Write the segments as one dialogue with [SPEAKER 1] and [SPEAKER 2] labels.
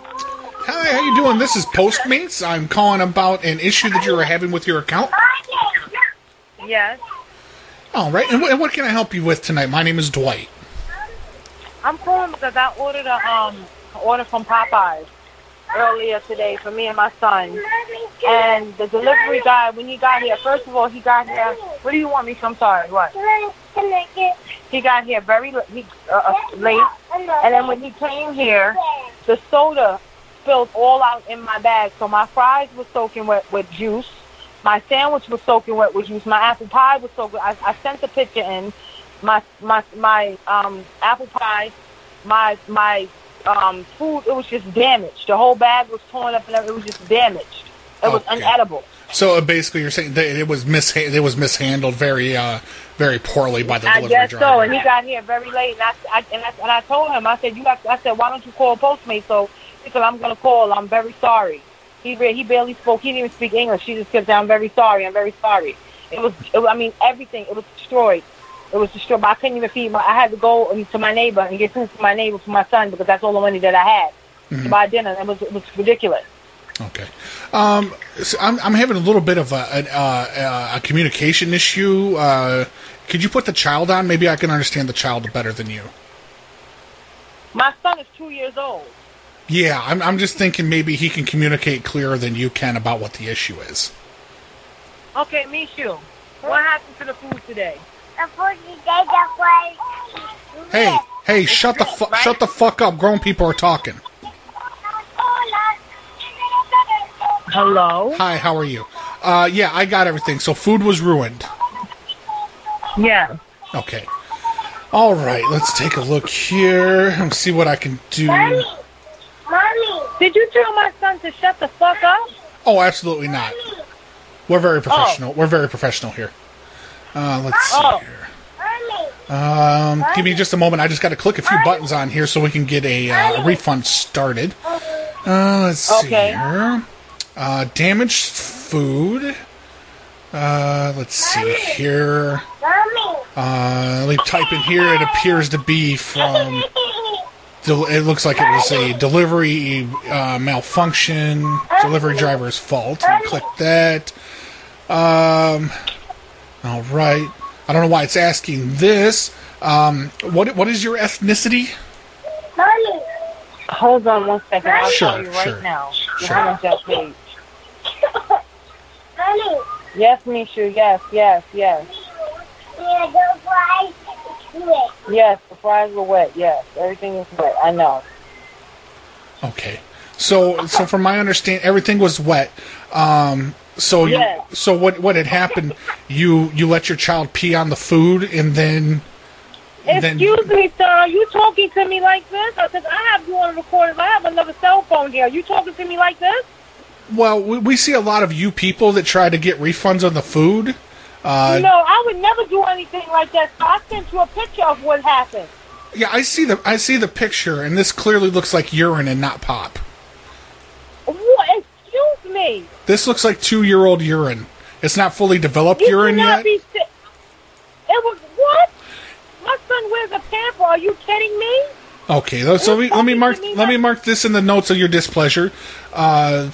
[SPEAKER 1] Hi, how you doing? This is Postmates. I'm calling about an issue that you were having with your account.
[SPEAKER 2] Yes.
[SPEAKER 1] All right, and, wh- and what can I help you with tonight? My name is Dwight.
[SPEAKER 2] I'm calling because I ordered a um order from Popeyes earlier today for me and my son. And the delivery guy, when he got here, first of all, he got here. What do you want me? From? I'm sorry. What? He got here very l- he, uh, uh, late, and then when he came here, the soda spilled all out in my bag. So my fries were soaking wet with juice. My sandwich was soaking wet with juice. My apple pie was soaking. I, I sent the picture in. My my my um apple pie, my my um food. It was just damaged. The whole bag was torn up, and everything. it was just damaged. It was
[SPEAKER 1] Okay.
[SPEAKER 2] unedible.
[SPEAKER 1] So uh, basically, you're saying that it was misha- it was mishandled very uh, very poorly by the
[SPEAKER 2] I
[SPEAKER 1] delivery
[SPEAKER 2] guess
[SPEAKER 1] driver.
[SPEAKER 2] so. And he got here very late, and I, I, and I and I told him, I said, you have. To, I said, why don't you call Postmates? So he said, I'm gonna call. I'm very sorry. He re- he barely spoke. He didn't even speak English. He just kept saying, I'm very sorry. I'm very sorry. It was. It, was- I mean, everything. It was destroyed. It was destroyed. I couldn't even feed my. I had to go to my neighbor and get food for my neighbor for my son because that's all the money that I had to buy dinner. It was it was ridiculous.
[SPEAKER 1] Okay. Um, so I'm, I'm having a little bit of a, an, uh, a communication issue. Uh, could you put the child on? Maybe I can understand the child better than you.
[SPEAKER 2] My son is two years old.
[SPEAKER 1] Yeah, I'm, I'm just thinking maybe he can communicate clearer than you can about what the issue is.
[SPEAKER 2] Okay, Mishu, what happened to the food today?
[SPEAKER 1] Hey, hey, shut the fu- shut the fuck up. Grown people are talking.
[SPEAKER 2] Hello.
[SPEAKER 1] Hi, how are you? Uh, yeah, I got everything. So food was ruined.
[SPEAKER 2] Yeah.
[SPEAKER 1] Okay. All right, let's take a look here and see what I can do.
[SPEAKER 2] Did you tell my son to shut the fuck up?
[SPEAKER 1] Oh, absolutely not. We're very professional. We're very professional here. Uh, let's see
[SPEAKER 2] Oh.
[SPEAKER 1] here. Um, give me just a moment. I just got to click a few buttons on here so we can get a, uh, a refund started. Uh, let's
[SPEAKER 2] Okay.
[SPEAKER 1] see here. Uh, damaged food. Uh, let's see here. Uh, let me type in here. It appears to be from. del- It looks like it was a delivery uh, malfunction, delivery driver's fault. Let me Click that. Um, all right. I don't know why it's asking this. Um, what what is your ethnicity?
[SPEAKER 2] Hold on one second. I'll
[SPEAKER 1] Sure,
[SPEAKER 2] tell you right
[SPEAKER 1] sure,
[SPEAKER 2] now.
[SPEAKER 1] sure.
[SPEAKER 2] How much I paid. Yes, Mishu. Yes, yes, yes. Yes, the fries were wet. Yes, everything is wet. I know.
[SPEAKER 1] Okay. So so from my understanding, everything was wet. Um, so you-
[SPEAKER 2] Yes.
[SPEAKER 1] so what what had happened? You you let your child pee on the food and then Then-
[SPEAKER 2] Excuse me, sir. Are you talking to me like this? Because I have you on recording. I have another cell phone here. Are you talking to me like this?
[SPEAKER 1] well we, we see a lot of you people that try to get refunds on the food. Uh,
[SPEAKER 2] no, I would never do anything like that. So I sent you a picture of what happened.
[SPEAKER 1] Yeah, I see the I see the picture, and this clearly looks like urine and not pop.
[SPEAKER 2] What? Excuse me.
[SPEAKER 1] This looks like two year old urine. It's not fully developed
[SPEAKER 2] You
[SPEAKER 1] urine
[SPEAKER 2] cannot
[SPEAKER 1] yet.
[SPEAKER 2] Be si- it was what? My son wears a pamper. Are you kidding me?
[SPEAKER 1] Okay, though, so we, let me mark let me mark this in the notes of your displeasure. Uh,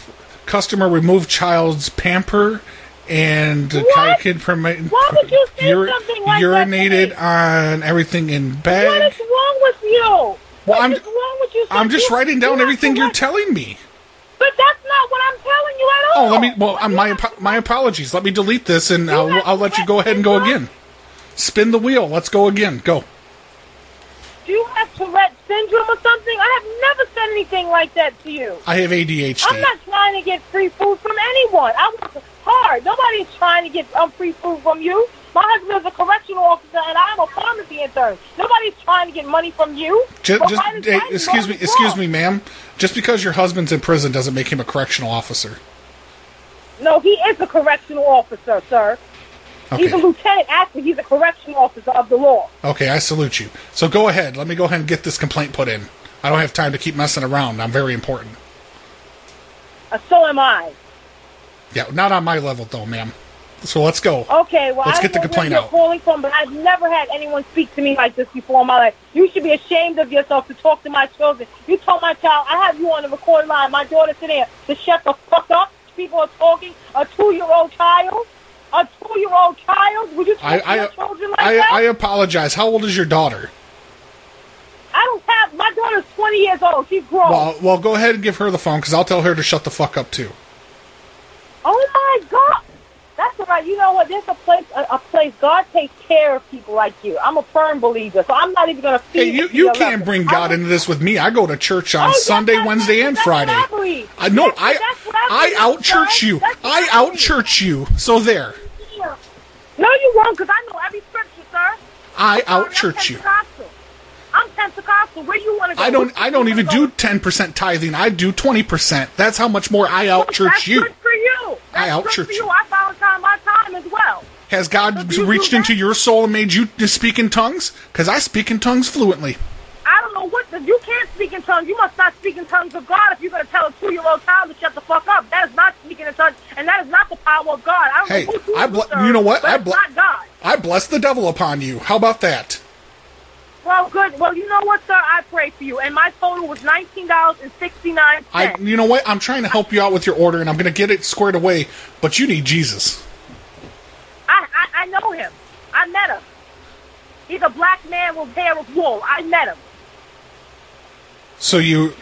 [SPEAKER 1] customer removed child's pamper and the
[SPEAKER 2] What?
[SPEAKER 1] kid permi-
[SPEAKER 2] Why would you say
[SPEAKER 1] uri-
[SPEAKER 2] something like that to me?
[SPEAKER 1] urinated on everything in
[SPEAKER 2] What
[SPEAKER 1] bag.
[SPEAKER 2] is wrong with you? What
[SPEAKER 1] I'm-
[SPEAKER 2] is wrong with you? sir?
[SPEAKER 1] I'm just
[SPEAKER 2] You-
[SPEAKER 1] writing
[SPEAKER 2] you
[SPEAKER 1] down
[SPEAKER 2] have
[SPEAKER 1] everything
[SPEAKER 2] to
[SPEAKER 1] you're
[SPEAKER 2] let-
[SPEAKER 1] telling me.
[SPEAKER 2] But that's not what I'm telling you at all.
[SPEAKER 1] Oh, let me. Well, uh, my apo- my apologies. Let me delete this, and I'll, I'll let you go ahead and go again. Spin the wheel. Let's go again. Go.
[SPEAKER 2] Do you have Tourette syndrome or something? I have never said anything like that to you.
[SPEAKER 1] I have ADHD.
[SPEAKER 2] I'm not trying to get free food from anyone. I work hard. Nobody's trying to get um, free food from you. My husband's a correctional officer, and I'm a pharmacy intern. Nobody's trying to get money from you.
[SPEAKER 1] Ju-
[SPEAKER 2] But
[SPEAKER 1] just,
[SPEAKER 2] why does
[SPEAKER 1] hey,
[SPEAKER 2] that
[SPEAKER 1] excuse
[SPEAKER 2] involve
[SPEAKER 1] me,
[SPEAKER 2] the
[SPEAKER 1] excuse
[SPEAKER 2] law?
[SPEAKER 1] me, ma'am. Just because your husband's in prison doesn't make him a correctional officer.
[SPEAKER 2] No, he is a correctional officer, sir. He's a
[SPEAKER 1] Okay.
[SPEAKER 2] lieutenant. Actually, he's a correctional officer of the law.
[SPEAKER 1] Okay, I salute you. So go ahead. Let me go ahead and get this complaint put in. I don't have time to keep messing around. I'm very important.
[SPEAKER 2] Uh, so am I.
[SPEAKER 1] Yeah, not on my level though, ma'am. So let's go.
[SPEAKER 2] Okay, well,
[SPEAKER 1] Let's
[SPEAKER 2] I
[SPEAKER 1] get the
[SPEAKER 2] don't know where
[SPEAKER 1] complaint
[SPEAKER 2] you're
[SPEAKER 1] out.
[SPEAKER 2] calling from, but I've never had anyone speak to me like this before in my life. You should be ashamed of yourself to talk to my children. You told my child, I have you on the recording line. My daughter's sitting there to shut the fuck up. People are talking. A two-year-old child? A two-year-old child? Would you talk
[SPEAKER 1] I
[SPEAKER 2] to your
[SPEAKER 1] I,
[SPEAKER 2] children like
[SPEAKER 1] I
[SPEAKER 2] that?
[SPEAKER 1] I apologize. How old is your daughter?
[SPEAKER 2] I don't have. My daughter's 20 years old. She's grown.
[SPEAKER 1] Well, well, go ahead and give her the phone because I'll tell her to shut the fuck up too.
[SPEAKER 2] oh my God, that's all right. You know what? There's a place. A, a place. God takes care of people like you. I'm a firm believer, so I'm not even gonna.
[SPEAKER 1] Hey,
[SPEAKER 2] feed
[SPEAKER 1] you,
[SPEAKER 2] into
[SPEAKER 1] you
[SPEAKER 2] your
[SPEAKER 1] can't
[SPEAKER 2] level.
[SPEAKER 1] bring God
[SPEAKER 2] I'm-
[SPEAKER 1] into this with me. I go to church on
[SPEAKER 2] Oh, yes,
[SPEAKER 1] Sunday,
[SPEAKER 2] that's
[SPEAKER 1] Wednesday,
[SPEAKER 2] what-
[SPEAKER 1] and
[SPEAKER 2] that's
[SPEAKER 1] Friday.
[SPEAKER 2] what I believe.
[SPEAKER 1] I no,
[SPEAKER 2] That's-
[SPEAKER 1] I
[SPEAKER 2] that's what I
[SPEAKER 1] I
[SPEAKER 2] believe,
[SPEAKER 1] out church
[SPEAKER 2] son.
[SPEAKER 1] you.
[SPEAKER 2] That's what
[SPEAKER 1] I
[SPEAKER 2] I
[SPEAKER 1] out
[SPEAKER 2] believe.
[SPEAKER 1] church you. So there,
[SPEAKER 2] No, you won't, because I know every scripture, sir. Sorry,
[SPEAKER 1] I out church
[SPEAKER 2] I'm
[SPEAKER 1] you.
[SPEAKER 2] Pentecostal. I'm Pentecostal. Where do you want to go?
[SPEAKER 1] I don't
[SPEAKER 2] Which
[SPEAKER 1] I don't
[SPEAKER 2] you
[SPEAKER 1] even
[SPEAKER 2] wanna go?
[SPEAKER 1] do ten percent tithing. I do twenty percent. That's how much more I out
[SPEAKER 2] That's
[SPEAKER 1] church you.
[SPEAKER 2] Good for you. That's
[SPEAKER 1] I out
[SPEAKER 2] good
[SPEAKER 1] church
[SPEAKER 2] for
[SPEAKER 1] you.
[SPEAKER 2] you. I volunteer my time as well.
[SPEAKER 1] Has God
[SPEAKER 2] do you do
[SPEAKER 1] reached
[SPEAKER 2] that?
[SPEAKER 1] into your soul and made you to speak in tongues? Because I speak in tongues fluently.
[SPEAKER 2] I don't know what the, you can't speak in tongues. You must not speak in tongues of God if you're going to tell a two-year-old child to shut the fuck up. That is not speaking in tongues, and that is not the power of God. I don't
[SPEAKER 1] Hey,
[SPEAKER 2] know who
[SPEAKER 1] I
[SPEAKER 2] bl-
[SPEAKER 1] bl- you know what?
[SPEAKER 2] But
[SPEAKER 1] I
[SPEAKER 2] it's
[SPEAKER 1] bl-
[SPEAKER 2] not God.
[SPEAKER 1] I bless the devil upon you. How about that?
[SPEAKER 2] Well, good. Well, you know what, sir? I pray for you, and my total was nineteen dollars and sixty-nine
[SPEAKER 1] I
[SPEAKER 2] cents.
[SPEAKER 1] you know what? I'm trying to help you out with your order and I'm going to get it squared away, but you need Jesus.
[SPEAKER 2] I, I I know him. I met him. He's a black man with hair of wool. I met him.
[SPEAKER 1] So you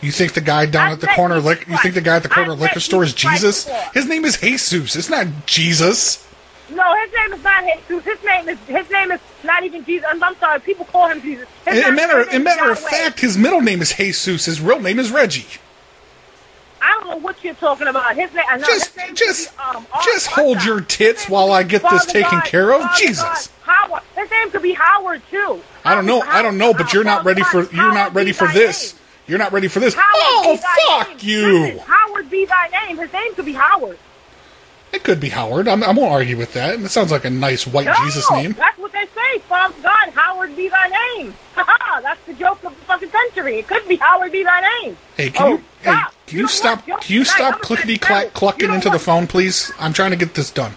[SPEAKER 1] you think the guy down
[SPEAKER 2] I
[SPEAKER 1] at the
[SPEAKER 2] met
[SPEAKER 1] corner
[SPEAKER 2] Jesus
[SPEAKER 1] liquor you think the guy at the
[SPEAKER 2] Christ.
[SPEAKER 1] corner
[SPEAKER 2] I
[SPEAKER 1] liquor
[SPEAKER 2] met
[SPEAKER 1] store is
[SPEAKER 2] Jesus Christ
[SPEAKER 1] Jesus?
[SPEAKER 2] before.
[SPEAKER 1] His name is Jesus. It's not Jesus.
[SPEAKER 2] No, his name is not Jesus. His name is his name is not even Jesus. I'm sorry, people call him Jesus. His
[SPEAKER 1] In,
[SPEAKER 2] name-
[SPEAKER 1] in matter
[SPEAKER 2] his name
[SPEAKER 1] in
[SPEAKER 2] is
[SPEAKER 1] matter of
[SPEAKER 2] Yahweh.
[SPEAKER 1] fact, his middle name is Jesus. His real name is Reggie.
[SPEAKER 2] I don't know what you're talking about. His name, I know
[SPEAKER 1] Just-
[SPEAKER 2] his name
[SPEAKER 1] just-
[SPEAKER 2] could be, um, Ar-
[SPEAKER 1] just hold
[SPEAKER 2] Arthur.
[SPEAKER 1] your tits
[SPEAKER 2] His name
[SPEAKER 1] while I
[SPEAKER 2] could
[SPEAKER 1] get
[SPEAKER 2] be
[SPEAKER 1] this
[SPEAKER 2] Father
[SPEAKER 1] taken
[SPEAKER 2] God,
[SPEAKER 1] care of.
[SPEAKER 2] Father
[SPEAKER 1] Jesus.
[SPEAKER 2] God, Howard. His name could be Howard too.
[SPEAKER 1] I don't know. I don't know, but you're not ready for you're not ready for this. You're not ready for this.
[SPEAKER 2] Howard
[SPEAKER 1] Oh
[SPEAKER 2] be thy
[SPEAKER 1] fuck
[SPEAKER 2] name. Listen,
[SPEAKER 1] you.
[SPEAKER 2] Howard be thy name. His name could be Howard.
[SPEAKER 1] It could be Howard. I'm, I won't argue with that. It sounds like a nice white
[SPEAKER 2] No,
[SPEAKER 1] Jesus name.
[SPEAKER 2] That's what they say. Father God, Howard be thy name. Ha ha! That's the joke of the fucking century. It could be Howard be thy name.
[SPEAKER 1] Hey, can
[SPEAKER 2] Oh,
[SPEAKER 1] you hey,
[SPEAKER 2] stop.
[SPEAKER 1] can
[SPEAKER 2] You
[SPEAKER 1] you
[SPEAKER 2] don't
[SPEAKER 1] stop
[SPEAKER 2] want jokes
[SPEAKER 1] can you
[SPEAKER 2] tonight. I'm
[SPEAKER 1] stop
[SPEAKER 2] a
[SPEAKER 1] clickety
[SPEAKER 2] bad
[SPEAKER 1] clack
[SPEAKER 2] guy. You
[SPEAKER 1] clucking
[SPEAKER 2] don't
[SPEAKER 1] into the
[SPEAKER 2] want-
[SPEAKER 1] phone, please? I'm trying to get this done.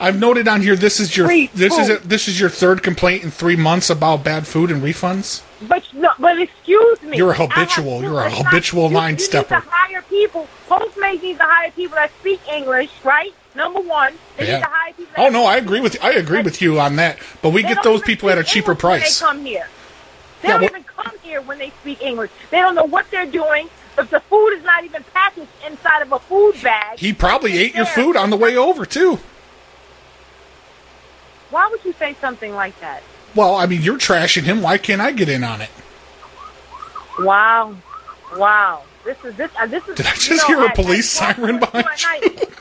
[SPEAKER 1] I've noted on here this is your
[SPEAKER 2] Free
[SPEAKER 1] this is
[SPEAKER 2] food.
[SPEAKER 1] a, this is your third complaint in three months about bad food and refunds.
[SPEAKER 2] But no, but excuse me.
[SPEAKER 1] You're a
[SPEAKER 2] I have
[SPEAKER 1] habitual-
[SPEAKER 2] two
[SPEAKER 1] you're a
[SPEAKER 2] restaurants.
[SPEAKER 1] habitual
[SPEAKER 2] You-
[SPEAKER 1] line
[SPEAKER 2] You
[SPEAKER 1] stepper.
[SPEAKER 2] need to hire people. Postmates needs to hire people that speak English, right? Number one, they
[SPEAKER 1] Yeah.
[SPEAKER 2] need to hire people. That
[SPEAKER 1] Oh no, I agree with you. I agree with you on that. But we
[SPEAKER 2] They
[SPEAKER 1] get
[SPEAKER 2] don't
[SPEAKER 1] those
[SPEAKER 2] even
[SPEAKER 1] people at a
[SPEAKER 2] speak
[SPEAKER 1] cheaper
[SPEAKER 2] English when
[SPEAKER 1] price.
[SPEAKER 2] They come here. They
[SPEAKER 1] Yeah,
[SPEAKER 2] don't
[SPEAKER 1] well-
[SPEAKER 2] even come here when they speak English. They don't know what they're doing. If the food is not even packaged inside of a food bag,
[SPEAKER 1] He probably ate your
[SPEAKER 2] There.
[SPEAKER 1] food on the way over too.
[SPEAKER 2] why would you say something like that?
[SPEAKER 1] Well, I mean, you're trashing him. Why can't I get in on it?
[SPEAKER 2] Wow, wow. This is this. Uh, this is.
[SPEAKER 1] Did I
[SPEAKER 2] you
[SPEAKER 1] just
[SPEAKER 2] know,
[SPEAKER 1] hear a
[SPEAKER 2] at-
[SPEAKER 1] police
[SPEAKER 2] at
[SPEAKER 1] siren
[SPEAKER 2] 12:42
[SPEAKER 1] behind
[SPEAKER 2] at night,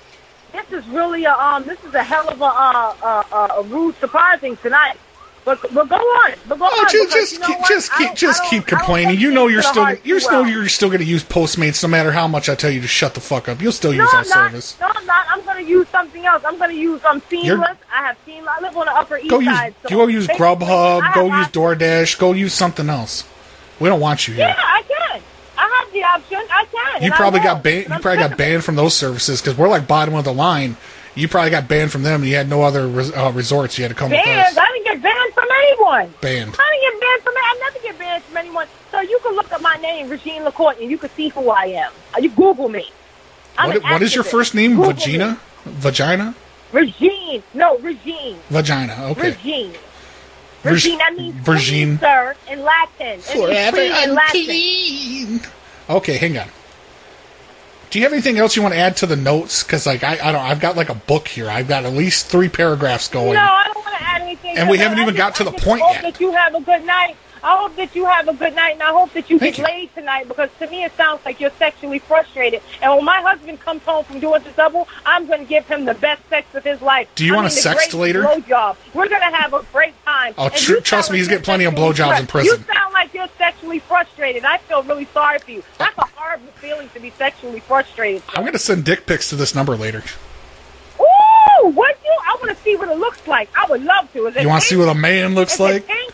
[SPEAKER 2] This is really a um. This is a hell of a uh, uh, uh, a rude surprising tonight. But but go on. But go
[SPEAKER 1] Oh,
[SPEAKER 2] on.
[SPEAKER 1] just
[SPEAKER 2] because
[SPEAKER 1] just
[SPEAKER 2] you know
[SPEAKER 1] keep,
[SPEAKER 2] what?
[SPEAKER 1] just
[SPEAKER 2] I
[SPEAKER 1] keep
[SPEAKER 2] don't-
[SPEAKER 1] just
[SPEAKER 2] I don't-
[SPEAKER 1] keep
[SPEAKER 2] I don't
[SPEAKER 1] complaining.
[SPEAKER 2] take
[SPEAKER 1] You know
[SPEAKER 2] things
[SPEAKER 1] you're
[SPEAKER 2] to the
[SPEAKER 1] still
[SPEAKER 2] heart
[SPEAKER 1] you're
[SPEAKER 2] too
[SPEAKER 1] still
[SPEAKER 2] well.
[SPEAKER 1] you're still going to use Postmates no matter how much I tell you to shut the fuck up. You'll still
[SPEAKER 2] No,
[SPEAKER 1] use our
[SPEAKER 2] I'm not.
[SPEAKER 1] service.
[SPEAKER 2] No, I'm not. I'm gonna use something else. I'm gonna use um
[SPEAKER 1] You're-
[SPEAKER 2] seamless. I have seamless. I live on the upper east
[SPEAKER 1] Go use
[SPEAKER 2] side. so
[SPEAKER 1] go use
[SPEAKER 2] basically, I
[SPEAKER 1] Grubhub. Go
[SPEAKER 2] have
[SPEAKER 1] use DoorDash. Go use something else. We don't want you
[SPEAKER 2] Yeah,
[SPEAKER 1] here.
[SPEAKER 2] I can. I have the option. I can.
[SPEAKER 1] You
[SPEAKER 2] and I
[SPEAKER 1] probably
[SPEAKER 2] will,
[SPEAKER 1] got banned.
[SPEAKER 2] and
[SPEAKER 1] You
[SPEAKER 2] I'm
[SPEAKER 1] probably
[SPEAKER 2] sick
[SPEAKER 1] got
[SPEAKER 2] of it.
[SPEAKER 1] banned from those services because we're like bottom of the line. You probably got banned from them. and You had no other res- uh, resorts. You had to come with
[SPEAKER 2] Banned.
[SPEAKER 1] us.
[SPEAKER 2] I didn't get banned from anyone.
[SPEAKER 1] Banned.
[SPEAKER 2] I didn't get banned from. I never get banned from anyone. So you can look up my name, Regine LaCourte, and you can see who I am. Uh, You Google me. I'm
[SPEAKER 1] What,
[SPEAKER 2] an
[SPEAKER 1] what is your
[SPEAKER 2] activist.
[SPEAKER 1] first name?
[SPEAKER 2] Google me.
[SPEAKER 1] Vagina. Vagina.
[SPEAKER 2] Regine. No, Regine.
[SPEAKER 1] Vagina. Okay.
[SPEAKER 2] Regine.
[SPEAKER 1] Reg-
[SPEAKER 2] Regine. That means queen,
[SPEAKER 1] Regine.
[SPEAKER 2] sir, in Latin. It means queen in Latin.
[SPEAKER 1] unclean. Okay, hang on. Do you have anything else you want to add to the notes? Because like I, I don't, I've got like a book here. I've got at least three paragraphs going.
[SPEAKER 2] No, I don't want to add anything.
[SPEAKER 1] And we
[SPEAKER 2] to that.
[SPEAKER 1] haven't even
[SPEAKER 2] I
[SPEAKER 1] got to
[SPEAKER 2] I
[SPEAKER 1] the point
[SPEAKER 2] hope
[SPEAKER 1] yet.
[SPEAKER 2] that you have a good night. I hope that you have a good night, and I hope that you
[SPEAKER 1] Thank
[SPEAKER 2] get
[SPEAKER 1] you.
[SPEAKER 2] laid tonight because to me it sounds like you're sexually frustrated. And when my husband comes home from doing the double, I'm going to give him the best sex of his life.
[SPEAKER 1] Do you
[SPEAKER 2] I
[SPEAKER 1] want a
[SPEAKER 2] mean, the
[SPEAKER 1] sex
[SPEAKER 2] greatest
[SPEAKER 1] later?
[SPEAKER 2] Blowjob. We're going to have a great time.
[SPEAKER 1] Oh,
[SPEAKER 2] And
[SPEAKER 1] tr-
[SPEAKER 2] you
[SPEAKER 1] trust
[SPEAKER 2] sound
[SPEAKER 1] me, he's
[SPEAKER 2] you're
[SPEAKER 1] getting plenty of
[SPEAKER 2] sexually
[SPEAKER 1] blowjobs in
[SPEAKER 2] frus-
[SPEAKER 1] prison.
[SPEAKER 2] You sound like you're sexually frustrated. I feel really sorry for you.
[SPEAKER 1] Uh,
[SPEAKER 2] That's a horrible feeling to be sexually frustrated.
[SPEAKER 1] I'm gonna send dick pics to this number later.
[SPEAKER 2] Ooh, what you? I want to see what it looks like. I would love to. Is it
[SPEAKER 1] You want to see
[SPEAKER 2] pink?
[SPEAKER 1] what a man looks
[SPEAKER 2] Is
[SPEAKER 1] like?
[SPEAKER 2] it pink?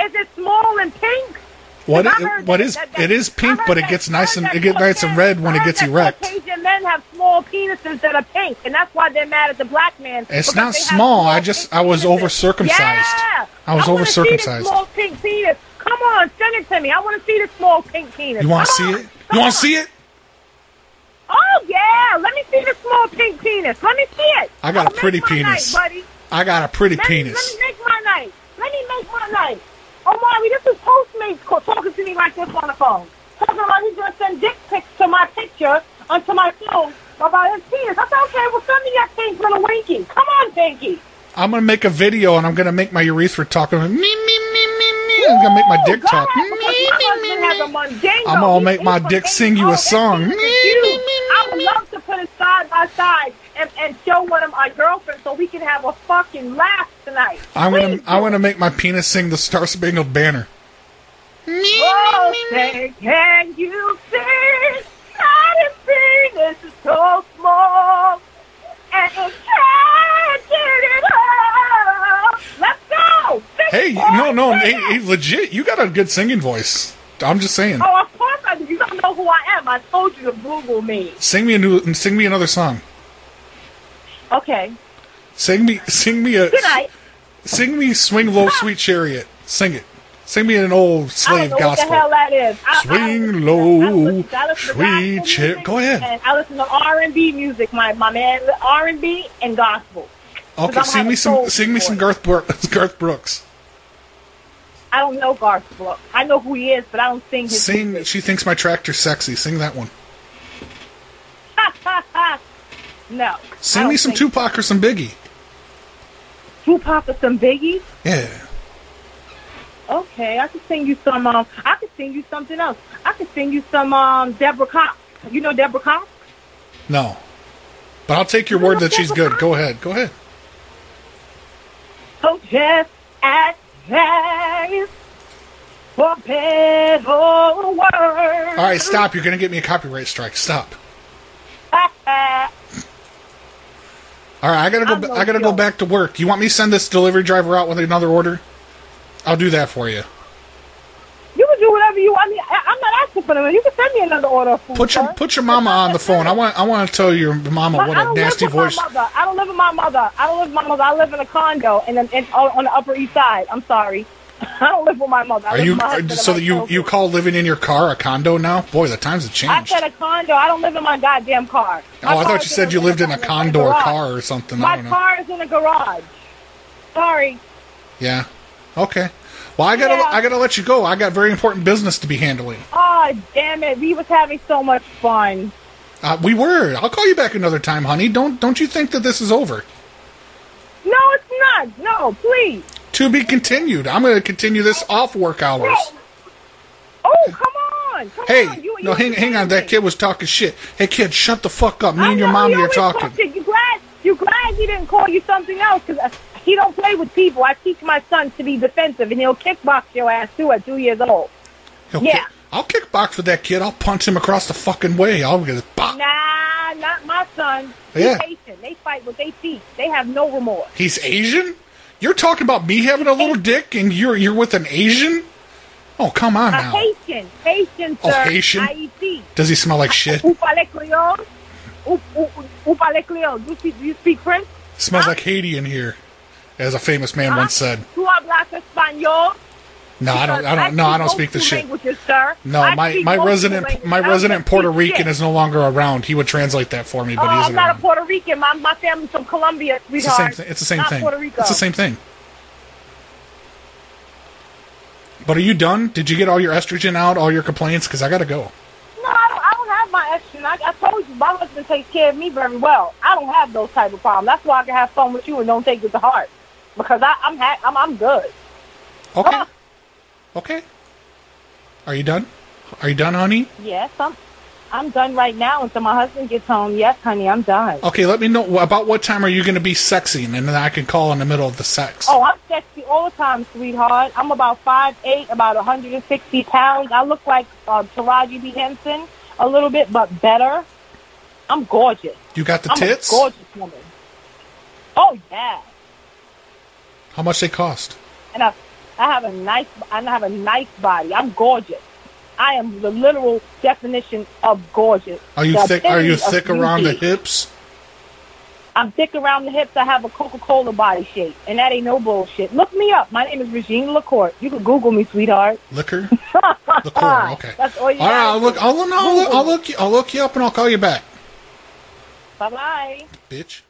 [SPEAKER 2] Is it small and pink?
[SPEAKER 1] What
[SPEAKER 2] Because
[SPEAKER 1] it-
[SPEAKER 2] I heard
[SPEAKER 1] what
[SPEAKER 2] that-
[SPEAKER 1] is-
[SPEAKER 2] that-
[SPEAKER 1] it is
[SPEAKER 2] I
[SPEAKER 1] pink,
[SPEAKER 2] heard
[SPEAKER 1] but it
[SPEAKER 2] that-
[SPEAKER 1] gets
[SPEAKER 2] I
[SPEAKER 1] nice
[SPEAKER 2] heard
[SPEAKER 1] and-
[SPEAKER 2] that
[SPEAKER 1] it get nice and
[SPEAKER 2] Caucasian-
[SPEAKER 1] red when
[SPEAKER 2] I
[SPEAKER 1] it
[SPEAKER 2] heard
[SPEAKER 1] gets
[SPEAKER 2] that
[SPEAKER 1] erect.
[SPEAKER 2] Caucasian men have small penises that are pink, and that's why they're mad at the black man.
[SPEAKER 1] It's
[SPEAKER 2] because
[SPEAKER 1] not
[SPEAKER 2] they have
[SPEAKER 1] small.
[SPEAKER 2] small
[SPEAKER 1] I just-
[SPEAKER 2] pink
[SPEAKER 1] I was
[SPEAKER 2] penises.
[SPEAKER 1] over-circumcised.
[SPEAKER 2] Yeah!
[SPEAKER 1] I
[SPEAKER 2] wanna see
[SPEAKER 1] was
[SPEAKER 2] this
[SPEAKER 1] over-circumcised.
[SPEAKER 2] Small pink penis. Come on, send it to me. I want to see the small pink penis.
[SPEAKER 1] You want to
[SPEAKER 2] Come
[SPEAKER 1] see
[SPEAKER 2] on.
[SPEAKER 1] it? You want to see it?
[SPEAKER 2] Oh yeah, let me see the small pink penis. Let me see it.
[SPEAKER 1] I got a
[SPEAKER 2] Oh, make
[SPEAKER 1] pretty
[SPEAKER 2] my
[SPEAKER 1] penis.
[SPEAKER 2] night, buddy.
[SPEAKER 1] I got a pretty
[SPEAKER 2] Let
[SPEAKER 1] penis.
[SPEAKER 2] Me, let me make my night. Let me make my night. Omari, this is Postmates co- talking to me like this on the phone. Talking about he's going to send dick pics to my picture onto my phone about his penis. I said, okay, well, send me that pink little winky. Come on, pinky.
[SPEAKER 1] I'm gonna make a video and I'm gonna make my urethra talk. Me me me me me. I'm gonna make my dick
[SPEAKER 2] Go
[SPEAKER 1] talk.
[SPEAKER 2] ahead, because my husband has a mondingo.
[SPEAKER 1] I'm gonna make
[SPEAKER 2] He's
[SPEAKER 1] my
[SPEAKER 2] from
[SPEAKER 1] dick
[SPEAKER 2] Haiti.
[SPEAKER 1] sing you a
[SPEAKER 2] Oh, it's
[SPEAKER 1] song.
[SPEAKER 2] cute.
[SPEAKER 1] Me, me,
[SPEAKER 2] I would love to put it side by side and, and show one of my girlfriends so we can have a fucking laugh tonight.
[SPEAKER 1] I'm gonna
[SPEAKER 2] Please
[SPEAKER 1] I
[SPEAKER 2] do
[SPEAKER 1] wanna make my penis sing the Star Spangled Banner.
[SPEAKER 2] Oh, say, can you see? I didn't see this is so small. And it can't get it up. Let's go. Sing
[SPEAKER 1] Hey,
[SPEAKER 2] it.
[SPEAKER 1] no, no,
[SPEAKER 2] Oh,
[SPEAKER 1] hey,
[SPEAKER 2] yeah.
[SPEAKER 1] hey, legit, you got a good singing voice. I'm just saying.
[SPEAKER 2] Oh, of course I do. You don't know who I am. I told you to Google me.
[SPEAKER 1] Sing me a new, sing me another song.
[SPEAKER 2] Okay.
[SPEAKER 1] Sing me, sing me a,
[SPEAKER 2] Good night.
[SPEAKER 1] sing me "Swing Low, Sweet Chariot." Sing it. Sing me an old
[SPEAKER 2] I
[SPEAKER 1] slave
[SPEAKER 2] don't know
[SPEAKER 1] gospel.
[SPEAKER 2] what the hell that is. I,
[SPEAKER 1] Swing
[SPEAKER 2] I, listen-
[SPEAKER 1] low,
[SPEAKER 2] I listen- I listen to
[SPEAKER 1] sweet
[SPEAKER 2] gospel music
[SPEAKER 1] chariot. Go ahead.
[SPEAKER 2] And I listen to R and B music, my my man. R and B and gospel.
[SPEAKER 1] Okay,
[SPEAKER 2] Because I
[SPEAKER 1] sing
[SPEAKER 2] have
[SPEAKER 1] me
[SPEAKER 2] a
[SPEAKER 1] some.
[SPEAKER 2] soul
[SPEAKER 1] Sing me some
[SPEAKER 2] voice.
[SPEAKER 1] Garth Brooks. Garth Brooks.
[SPEAKER 2] I don't know Garth Brooks. I know who he is, but I don't sing his
[SPEAKER 1] Sing.
[SPEAKER 2] music.
[SPEAKER 1] She thinks my tractor's sexy. Sing that one.
[SPEAKER 2] no. I
[SPEAKER 1] Sing
[SPEAKER 2] don't
[SPEAKER 1] me some
[SPEAKER 2] sing
[SPEAKER 1] Tupac or some Biggie.
[SPEAKER 2] Tupac or some Biggie.
[SPEAKER 1] Yeah.
[SPEAKER 2] Okay, I could sing you some. Um, I could sing you something else. I could sing you some. Um, Deborah Cox. You know Deborah Cox.
[SPEAKER 1] No. But I'll take your word that she's good. Go ahead. Go ahead.
[SPEAKER 2] So just at last, for better or worse.
[SPEAKER 1] All right, stop. You're gonna get me a copyright strike. Stop. All right, I gotta go.
[SPEAKER 2] I'm
[SPEAKER 1] ba-
[SPEAKER 2] gonna
[SPEAKER 1] I gotta go
[SPEAKER 2] go.
[SPEAKER 1] back to work. You want me to send this delivery driver out with another order? I'll do that for you.
[SPEAKER 2] you can do whatever you want. I mean, I, I'm not asking for them. You can send me another order of food.
[SPEAKER 1] Put your
[SPEAKER 2] sir.
[SPEAKER 1] put your mama on the phone. I want I want to tell your mama
[SPEAKER 2] I-
[SPEAKER 1] what
[SPEAKER 2] I
[SPEAKER 1] a
[SPEAKER 2] don't
[SPEAKER 1] nasty
[SPEAKER 2] live with
[SPEAKER 1] voice.
[SPEAKER 2] My mother. I don't live with my mother. I don't live with my mother. I live in a condo and in, in, on on the Upper East Side. I'm sorry. I don't live with my mother. I
[SPEAKER 1] Are
[SPEAKER 2] live
[SPEAKER 1] you
[SPEAKER 2] with my
[SPEAKER 1] are,
[SPEAKER 2] husband and
[SPEAKER 1] so
[SPEAKER 2] my
[SPEAKER 1] that you
[SPEAKER 2] children.
[SPEAKER 1] you call living in your car a condo now? Boy, the times have
[SPEAKER 2] I
[SPEAKER 1] changed.
[SPEAKER 2] said a condo. I don't live in my goddamn car. My
[SPEAKER 1] Oh, I
[SPEAKER 2] car
[SPEAKER 1] thought you
[SPEAKER 2] is
[SPEAKER 1] said you lived in a condo or
[SPEAKER 2] garage.
[SPEAKER 1] car or something. I
[SPEAKER 2] My
[SPEAKER 1] don't know.
[SPEAKER 2] car is in a garage. Sorry.
[SPEAKER 1] Yeah. Okay. Well, I gotta
[SPEAKER 2] Yeah.
[SPEAKER 1] I gotta let you go. I got very important business to be handling.
[SPEAKER 2] Oh, damn it. We was having so much fun.
[SPEAKER 1] Uh, we were. I'll call you back another time, honey. Don't don't you think that this is over?
[SPEAKER 2] No, it's not. No, please.
[SPEAKER 1] To be continued. I'm gonna continue this off work hours.
[SPEAKER 2] Oh, come on. Come
[SPEAKER 1] Hey,
[SPEAKER 2] on. You,
[SPEAKER 1] no,
[SPEAKER 2] you
[SPEAKER 1] hang hang on. That kid was talking shit. Hey, kid, shut the fuck up. Me
[SPEAKER 2] I
[SPEAKER 1] and your
[SPEAKER 2] know,
[SPEAKER 1] mommy
[SPEAKER 2] he
[SPEAKER 1] are
[SPEAKER 2] always
[SPEAKER 1] talking.
[SPEAKER 2] talks shit. You glad? You glad he didn't call you something else? Because he don't play with people. I teach my son to be defensive, and he'll kickbox your ass too at two years old.
[SPEAKER 1] He'll
[SPEAKER 2] Yeah.
[SPEAKER 1] kick, I'll kickbox with that kid. I'll punch him across the fucking way. I'll get bop.
[SPEAKER 2] Nah, not my son.
[SPEAKER 1] Yeah.
[SPEAKER 2] He's Asian. They fight with their feet. They have no remorse.
[SPEAKER 1] He's Asian. You're talking about me having a little dick, and you're you're with an Asian. Oh come on
[SPEAKER 2] A
[SPEAKER 1] now.
[SPEAKER 2] Haitian. Haitian,
[SPEAKER 1] Oh,
[SPEAKER 2] sir. E
[SPEAKER 1] Haitian?
[SPEAKER 2] IET.
[SPEAKER 1] Does he smell like shit?
[SPEAKER 2] Ou parlez creole? Ou, ou, ou parlez creole? Do you, speak- do you speak French?
[SPEAKER 1] Smells like Haiti in here, as a famous man once said.
[SPEAKER 2] Tu hablas español?
[SPEAKER 1] No, I don't. I don't. No, I don't speak the shit.
[SPEAKER 2] Languages, sir.
[SPEAKER 1] No,
[SPEAKER 2] I
[SPEAKER 1] my
[SPEAKER 2] speak
[SPEAKER 1] my
[SPEAKER 2] multiple
[SPEAKER 1] resident
[SPEAKER 2] languages.
[SPEAKER 1] my
[SPEAKER 2] I don't
[SPEAKER 1] resident
[SPEAKER 2] speak
[SPEAKER 1] Puerto
[SPEAKER 2] shit.
[SPEAKER 1] Rican is no longer around. He would translate that for me,
[SPEAKER 2] Oh,
[SPEAKER 1] but he
[SPEAKER 2] I'm
[SPEAKER 1] isn't
[SPEAKER 2] not
[SPEAKER 1] around.
[SPEAKER 2] a Puerto Rican. My, my family's from Colombia,
[SPEAKER 1] It's the same
[SPEAKER 2] sweetheart.
[SPEAKER 1] thing. It's the same
[SPEAKER 2] not
[SPEAKER 1] thing.
[SPEAKER 2] Puerto Rico.
[SPEAKER 1] It's the same thing. But are you done? Did you get all your estrogen out, all your complaints? Because I gotta go.
[SPEAKER 2] No, I don't, I don't have my estrogen. I, I told you, my husband takes care of me very well. I don't have those type of problems. That's why I can have fun with you and don't take it to heart. Because I, I'm, ha- I'm I'm good.
[SPEAKER 1] Okay.
[SPEAKER 2] Oh.
[SPEAKER 1] Okay. Are you done? Are you done, honey?
[SPEAKER 2] Yes, I'm I'm done right now until my husband gets home. Yes, honey, I'm done.
[SPEAKER 1] Okay, let me know about what time are you going to be sexing, and then I can call in the middle of the sex.
[SPEAKER 2] Oh, I'm sexy all the time, sweetheart. I'm about five eight, about 160 pounds. I look like uh, Taraji B Henson a little bit, but better. I'm gorgeous.
[SPEAKER 1] you got the
[SPEAKER 2] I'm
[SPEAKER 1] tits?
[SPEAKER 2] a gorgeous woman. Oh yeah,
[SPEAKER 1] How much they cost?
[SPEAKER 2] and I I have a nice I have a nice body. I'm gorgeous. I am the literal definition of gorgeous.
[SPEAKER 1] Are you
[SPEAKER 2] The
[SPEAKER 1] thick? Are you
[SPEAKER 2] epitome of
[SPEAKER 1] thick around the
[SPEAKER 2] beauty.
[SPEAKER 1] hips?
[SPEAKER 2] I'm thick around the hips. I have a Coca-Cola body shape, and that ain't no bullshit. Look me up. My name is Regine LaCourte. You can Google me, sweetheart.
[SPEAKER 1] Liquor, liqueur. Oh, Okay.
[SPEAKER 2] That's all you
[SPEAKER 1] All right. I'll look. I'll, no, I'll, look- I'll
[SPEAKER 2] Google.
[SPEAKER 1] look. you- I'll look you up and I'll call you back,
[SPEAKER 2] Bye bye.
[SPEAKER 1] bitch.